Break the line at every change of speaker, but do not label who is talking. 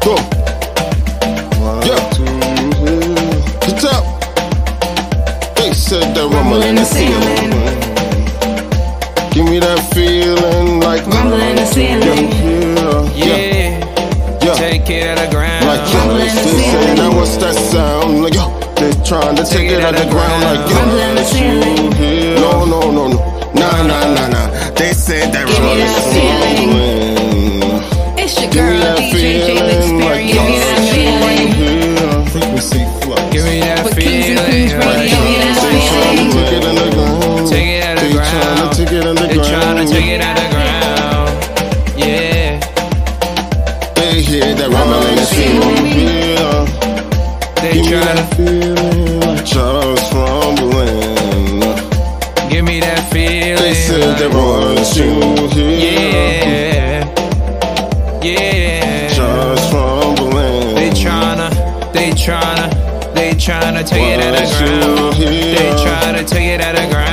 Go. Yeah. The top. They said that rumble in the ceiling. Give me that feeling like
Rumble in the ceiling.
Yeah. Yeah.
Yeah,
Yeah.
take it out of ground.
Like yo,
Rumble in the
they say
ceiling.
now what's that sound? Like yo, they trying to take it out the ground. Like yo,
Rumble in the ceiling.
no, no, no, no, nah, nah, nah, nah. They said that
Give me
rumble in
that
the ceiling.
It's your
Give me
girl,
that
DJ J
feeling like
Experience. Give me that feeling.
Yeah. Frequency flux.
Give me that
With Kings and
feeling.
Queens
Like,
Radio.
yo,
that
They tryna
feeling.
take it underground.
Take it out of
They tryna take it
the ground. They trying to take
underground.
it out of ground. Yeah,
They hear that rumbling
feeling.
Yeah.
they
Give me
trying
that
to
feeling like Charles rumbling.
give me that feeling.
They said they
like,
want you here.
yeah, yeah.
Charles rumbling.
They tryna, they tryna, they tryna take it out of
Want you
ground.
here.
They tryna take it out of ground. Uh, uh. Mm.